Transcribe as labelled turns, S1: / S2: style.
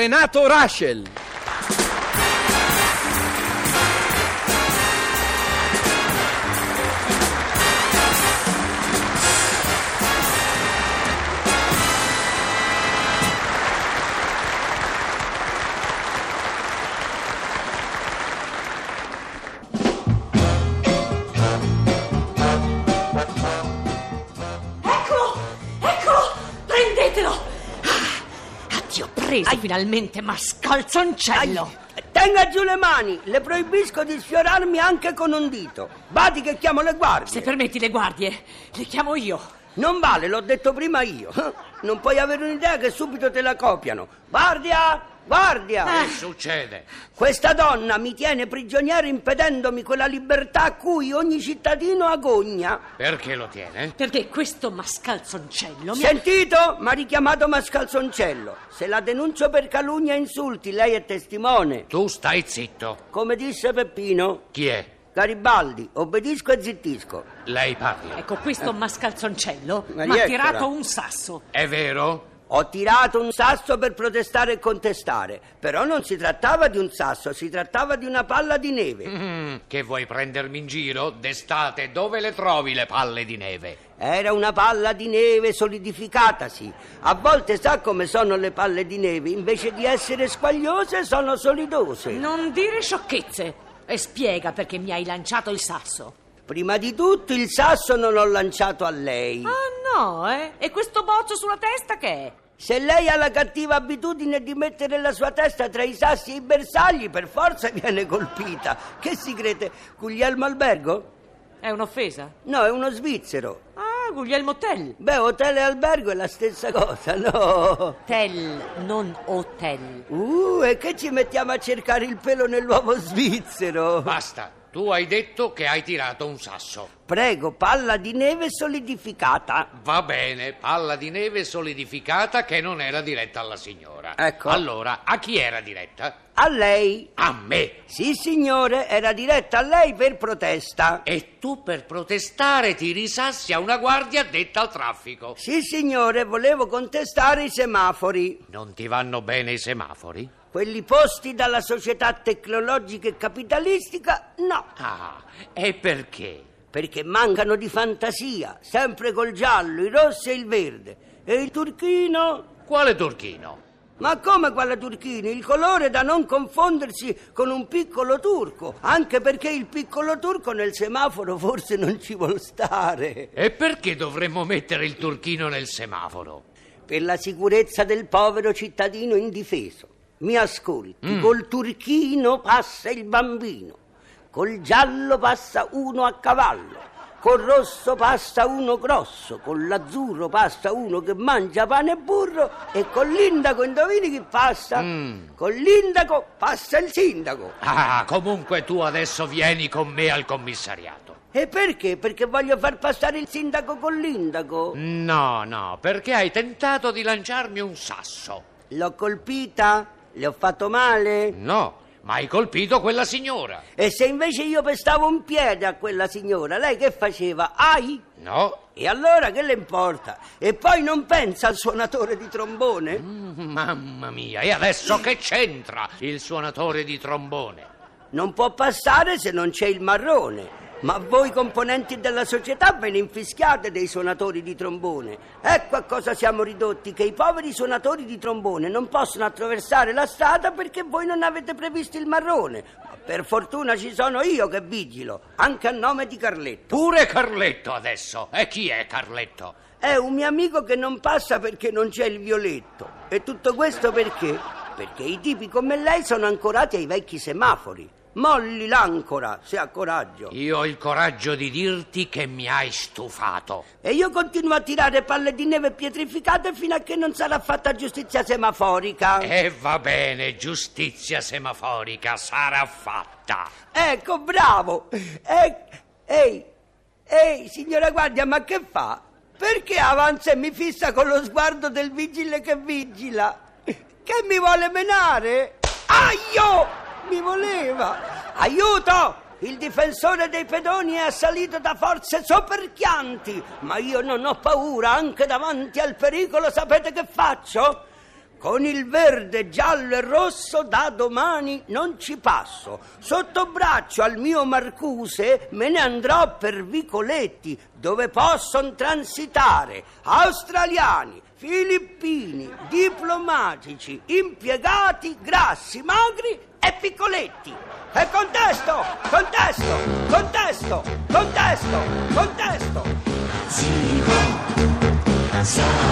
S1: Renato Raschel.
S2: Eccolo! Eccolo! Prendetelo! Ah, ti ho preso finalmente, mascalzoncello!
S3: Tenga giù le mani, le proibisco di sfiorarmi anche con un dito. Badi che chiamo le guardie.
S2: Se permetti le guardie, le chiamo io.
S3: Non vale, l'ho detto prima io. Non puoi avere un'idea che subito te la copiano. Guardia! Guardia!
S2: Eh.
S4: Che succede?
S3: Questa donna mi tiene prigioniero impedendomi quella libertà a cui ogni cittadino agogna.
S4: Perché lo tiene?
S2: Perché questo mascalzoncello mi ha...
S3: Sentito? Mi ha richiamato Mascalzoncello. Se la denuncio per calunnia e insulti, lei è testimone.
S4: Tu stai zitto.
S3: Come disse Peppino,
S4: Chi è?
S3: Garibaldi, obbedisco e zittisco.
S4: Lei parla.
S2: Ecco, questo mascalzoncello
S3: Ma
S2: mi ha
S3: rieccola.
S2: tirato un sasso.
S4: È vero?
S3: Ho tirato un sasso per protestare e contestare, però non si trattava di un sasso, si trattava di una palla di neve.
S4: Mm, che vuoi prendermi in giro? D'estate dove le trovi le palle di neve?
S3: Era una palla di neve solidificatasi. A volte sa come sono le palle di neve, invece di essere squagliose sono solidose.
S2: Non dire sciocchezze. E spiega perché mi hai lanciato il sasso.
S3: Prima di tutto il sasso non l'ho lanciato a lei.
S2: Ah no, eh? E questo bozzo sulla testa che è?
S3: Se lei ha la cattiva abitudine di mettere la sua testa tra i sassi e i bersagli, per forza viene colpita. Che si crede? Guglielmo Albergo?
S2: È un'offesa?
S3: No, è uno svizzero.
S2: Ah, Guglielmo Tell.
S3: Beh, hotel e albergo è la stessa cosa, no?
S2: Tell, non hotel.
S3: Uh, e che ci mettiamo a cercare il pelo nell'uovo svizzero?
S4: Basta. Tu hai detto che hai tirato un sasso.
S3: Prego, palla di neve solidificata.
S4: Va bene, palla di neve solidificata che non era diretta alla signora.
S3: Ecco.
S4: Allora, a chi era diretta?
S3: A lei.
S4: A me.
S3: Sì, signore, era diretta a lei per protesta.
S4: E tu per protestare tiri sassi a una guardia detta al traffico.
S3: Sì, signore, volevo contestare i semafori.
S4: Non ti vanno bene i semafori?
S3: Quelli posti dalla società tecnologica e capitalistica, no.
S4: Ah, e perché?
S3: Perché mancano di fantasia, sempre col giallo, il rosso e il verde. E il turchino?
S4: Quale turchino?
S3: Ma come quale turchino? Il colore da non confondersi con un piccolo turco, anche perché il piccolo turco nel semaforo forse non ci vuol stare.
S4: E perché dovremmo mettere il turchino nel semaforo?
S3: Per la sicurezza del povero cittadino indifeso. Mi ascolti, col turchino passa il bambino, col giallo passa uno a cavallo, col rosso passa uno grosso, con l'azzurro passa uno che mangia pane e burro e con l'indaco indovini chi passa? Con l'indaco passa il sindaco.
S4: Ah, comunque tu adesso vieni con me al commissariato.
S3: E perché? Perché voglio far passare il sindaco con
S4: Mm.
S3: l'indaco.
S4: No, no, perché hai tentato di lanciarmi un sasso.
S3: L'ho colpita? Le ho fatto male?
S4: No, ma hai colpito quella signora.
S3: E se invece io pestavo un piede a quella signora, lei che faceva? Ai!
S4: No,
S3: E allora che le importa? E poi non pensa al suonatore di trombone?
S4: Mm, mamma mia, e adesso che c'entra il suonatore di trombone?
S3: Non può passare se non c'è il marrone. Ma voi componenti della società ve ne infischiate dei suonatori di trombone. Ecco a cosa siamo ridotti, che i poveri suonatori di trombone non possono attraversare la strada perché voi non avete previsto il marrone. Ma per fortuna ci sono io che vigilo, anche a nome di Carletto.
S4: Pure Carletto adesso. E chi è Carletto?
S3: È un mio amico che non passa perché non c'è il violetto. E tutto questo perché? Perché i tipi come lei sono ancorati ai vecchi semafori. Molli l'ancora, se ha coraggio.
S4: Io ho il coraggio di dirti che mi hai stufato.
S3: E io continuo a tirare palle di neve pietrificate fino a che non sarà fatta giustizia semaforica.
S4: E Eh, va bene, giustizia semaforica sarà fatta.
S3: Ecco, bravo! E- Ehi, ehi, signora guardia, ma che fa? Perché avanza e mi fissa con lo sguardo del vigile che vigila? Che mi vuole menare? Aio! Mi voleva! Aiuto! Il difensore dei pedoni è assalito da forze soperchianti, ma io non ho paura, anche davanti al pericolo sapete che faccio? Con il verde, giallo e rosso da domani non ci passo. Sotto braccio al mio Marcuse me ne andrò per Vicoletti, dove possono transitare australiani, filippini, diplomatici, impiegati, grassi, magri e piccoletti. E contesto, contesto, contesto, contesto, contesto.
S1: Zibo, Zara.